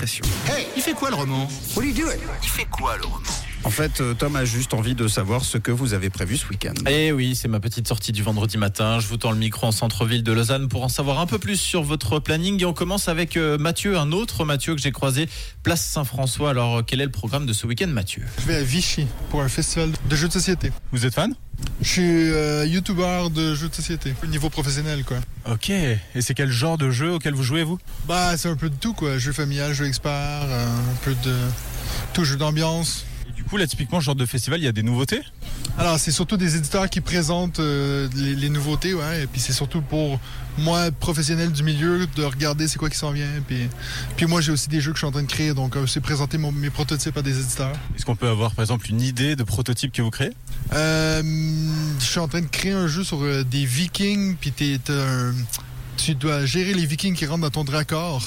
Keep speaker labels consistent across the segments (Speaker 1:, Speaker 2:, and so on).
Speaker 1: conversation. Il fait quoi le roman
Speaker 2: Il fait quoi le roman
Speaker 3: En fait, euh, Tom a juste envie de savoir ce que vous avez prévu ce week-end.
Speaker 4: Eh oui, c'est ma petite sortie du vendredi matin. Je vous tends le micro en centre-ville de Lausanne pour en savoir un peu plus sur votre planning. Et on commence avec euh, Mathieu, un autre Mathieu que j'ai croisé, place Saint-François. Alors, euh, quel est le programme de ce week-end, Mathieu
Speaker 5: Je vais à Vichy pour un festival de jeux de société.
Speaker 4: Vous êtes fan
Speaker 5: Je suis euh, youtubeur de jeux de société, au niveau professionnel quoi.
Speaker 4: Ok. Et c'est quel genre de jeu auquel vous jouez, vous
Speaker 5: Bah c'est un peu de tout quoi, jeux familial, jeux expert, euh, un peu de tout jeu d'ambiance.
Speaker 4: Du coup, là, typiquement, ce genre de festival, il y a des nouveautés
Speaker 5: Alors c'est surtout des éditeurs qui présentent euh, les, les nouveautés ouais, et puis c'est surtout pour moi professionnel du milieu de regarder c'est quoi qui s'en vient. Puis, puis moi j'ai aussi des jeux que je suis en train de créer donc euh, c'est présenter mon- mes prototypes à des éditeurs.
Speaker 4: Est-ce qu'on peut avoir, par exemple, une idée de prototype que vous créez
Speaker 5: Euh, je suis en train de créer un jeu sur euh, des vikings, puis t'es- t'as un- tu dois gérer les vikings qui rentrent dans ton dracor.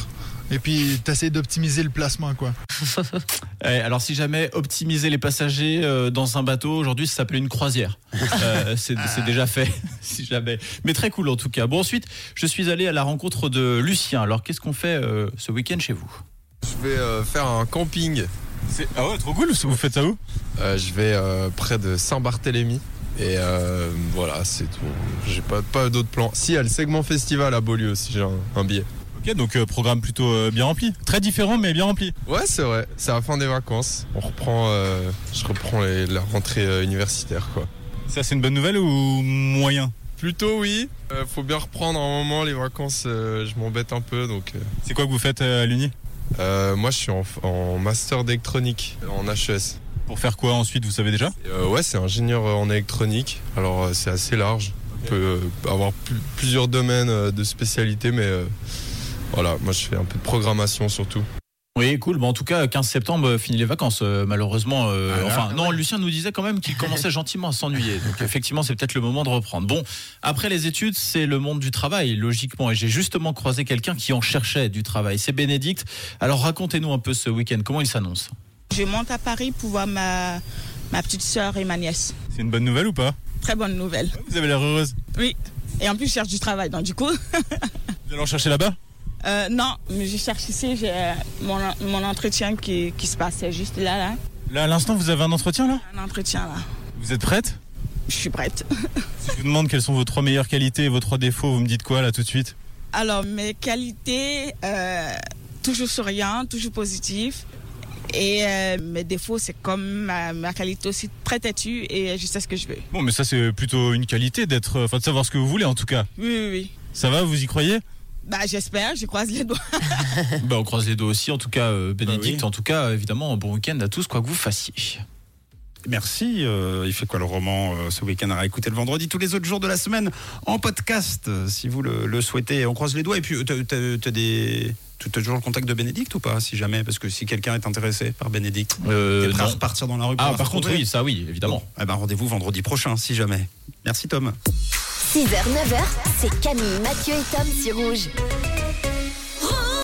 Speaker 5: Et puis, t'essayes d'optimiser le placement, quoi.
Speaker 4: Eh, Alors, si jamais optimiser les passagers euh, dans un bateau, aujourd'hui, ça s'appelait une croisière. Euh, c'est c'est déjà fait, si jamais. Mais très cool, en tout cas. Bon, ensuite, je suis allé à la rencontre de Lucien. Alors, qu'est-ce qu'on fait euh, ce week-end chez vous
Speaker 6: Je vais euh, faire un camping.
Speaker 4: Ah ouais, trop cool, vous faites ça où
Speaker 6: Euh, je vais euh, près de Saint-Barthélemy. Et euh, voilà, c'est tout. J'ai pas, pas d'autres plans. Si, il y a le segment festival à Beaulieu si j'ai un, un billet.
Speaker 4: Ok, donc euh, programme plutôt euh, bien rempli. Très différent, mais bien rempli.
Speaker 6: Ouais, c'est vrai. C'est la fin des vacances. On reprend. euh, je reprends les- la rentrée euh, universitaire, quoi.
Speaker 4: Ça, c'est une bonne nouvelle ou moyen
Speaker 6: Plutôt oui. Euh, faut bien reprendre un moment les vacances. euh, je m'embête un peu, donc. euh,
Speaker 4: C'est quoi que vous faites euh, à l'Uni
Speaker 6: euh, moi, je suis en, en master d'électronique en E HES.
Speaker 4: Pour faire quoi ensuite, vous savez déjà
Speaker 6: Et, euh, ouais, c'est ingénieur euh, en électronique. Alors, euh, c'est assez large. On peut euh, avoir pl- plusieurs domaines euh, de spécialité, mais euh, voilà, moi je fais un peu de programmation surtout.
Speaker 4: Oui, cool. Bon, en tout cas, 15 septembre, euh, finit les vacances, euh, malheureusement. euh, enfin, non, Lucien nous disait quand même qu'il commençait gentiment à s'ennuyer. Donc, effectivement, c'est peut-être le moment de reprendre. Bon, après les études, c'est le monde du travail, logiquement. Et j'ai justement croisé quelqu'un qui en cherchait du travail. C'est Bénédicte. Alors, racontez-nous un peu ce week-end. Comment il s'annonce
Speaker 7: Je monte à Paris pour voir ma, ma petite soeur et ma nièce.
Speaker 4: C'est une bonne nouvelle ou pas
Speaker 7: Très bonne nouvelle.
Speaker 4: Vous avez l'air heureuse.
Speaker 7: Oui. Et en plus, je cherche du travail. Donc, du coup,
Speaker 4: Vous allez en chercher là-bas
Speaker 7: euh, non, mais je cherche ici. J'ai euh, mon, mon entretien qui, qui se passait juste là, là.
Speaker 4: Là, à l'instant, vous avez un entretien, là
Speaker 7: Un entretien, là.
Speaker 4: Vous êtes prête
Speaker 7: Je suis prête.
Speaker 4: Si je vous demande quelles sont vos trois meilleures qualités et vos trois défauts, vous me dites quoi, là, tout de suite
Speaker 7: Alors, mes qualités, euh, toujours souriant, toujours positif. Et euh, mes défauts, c'est comme ma, ma qualité aussi très têtue et je sais ce que je veux.
Speaker 4: Bon, mais ça, c'est plutôt une qualité d'être. euh, Enfin, de savoir ce que vous voulez, en tout cas.
Speaker 7: Oui, oui, oui.
Speaker 4: Ça va, vous y croyez
Speaker 7: Bah, j'espère, je croise les doigts.
Speaker 4: bah, On croise les doigts aussi, en tout cas, euh,
Speaker 3: Bah
Speaker 4: Bénédicte. En tout cas, évidemment, bon week-end à tous, quoi que vous fassiez.
Speaker 3: Merci. euh, il fait quoi le roman euh, ce week-end à écouter le vendredi, tous les autres jours de la semaine en podcast, euh, si vous le, le souhaitez. On croise les doigts. Et puis, t'as- t'as t'as des. T'as toujours le contact de Bénédicte ou pas, si jamais Parce que si quelqu'un est intéressé par Bénédicte,
Speaker 4: Euh,
Speaker 3: t'es prêt à
Speaker 4: non.
Speaker 3: repartir dans la rue pour
Speaker 4: Ah,
Speaker 3: la
Speaker 4: par contre,
Speaker 3: retrouver
Speaker 4: oui, ça, oui, évidemment.
Speaker 3: Bon, eh ben, rendez-vous vendredi prochain, si jamais. Merci, Tom.
Speaker 8: 6h, 9h, c'est Camille, Mathieu et Tom sur Rouge.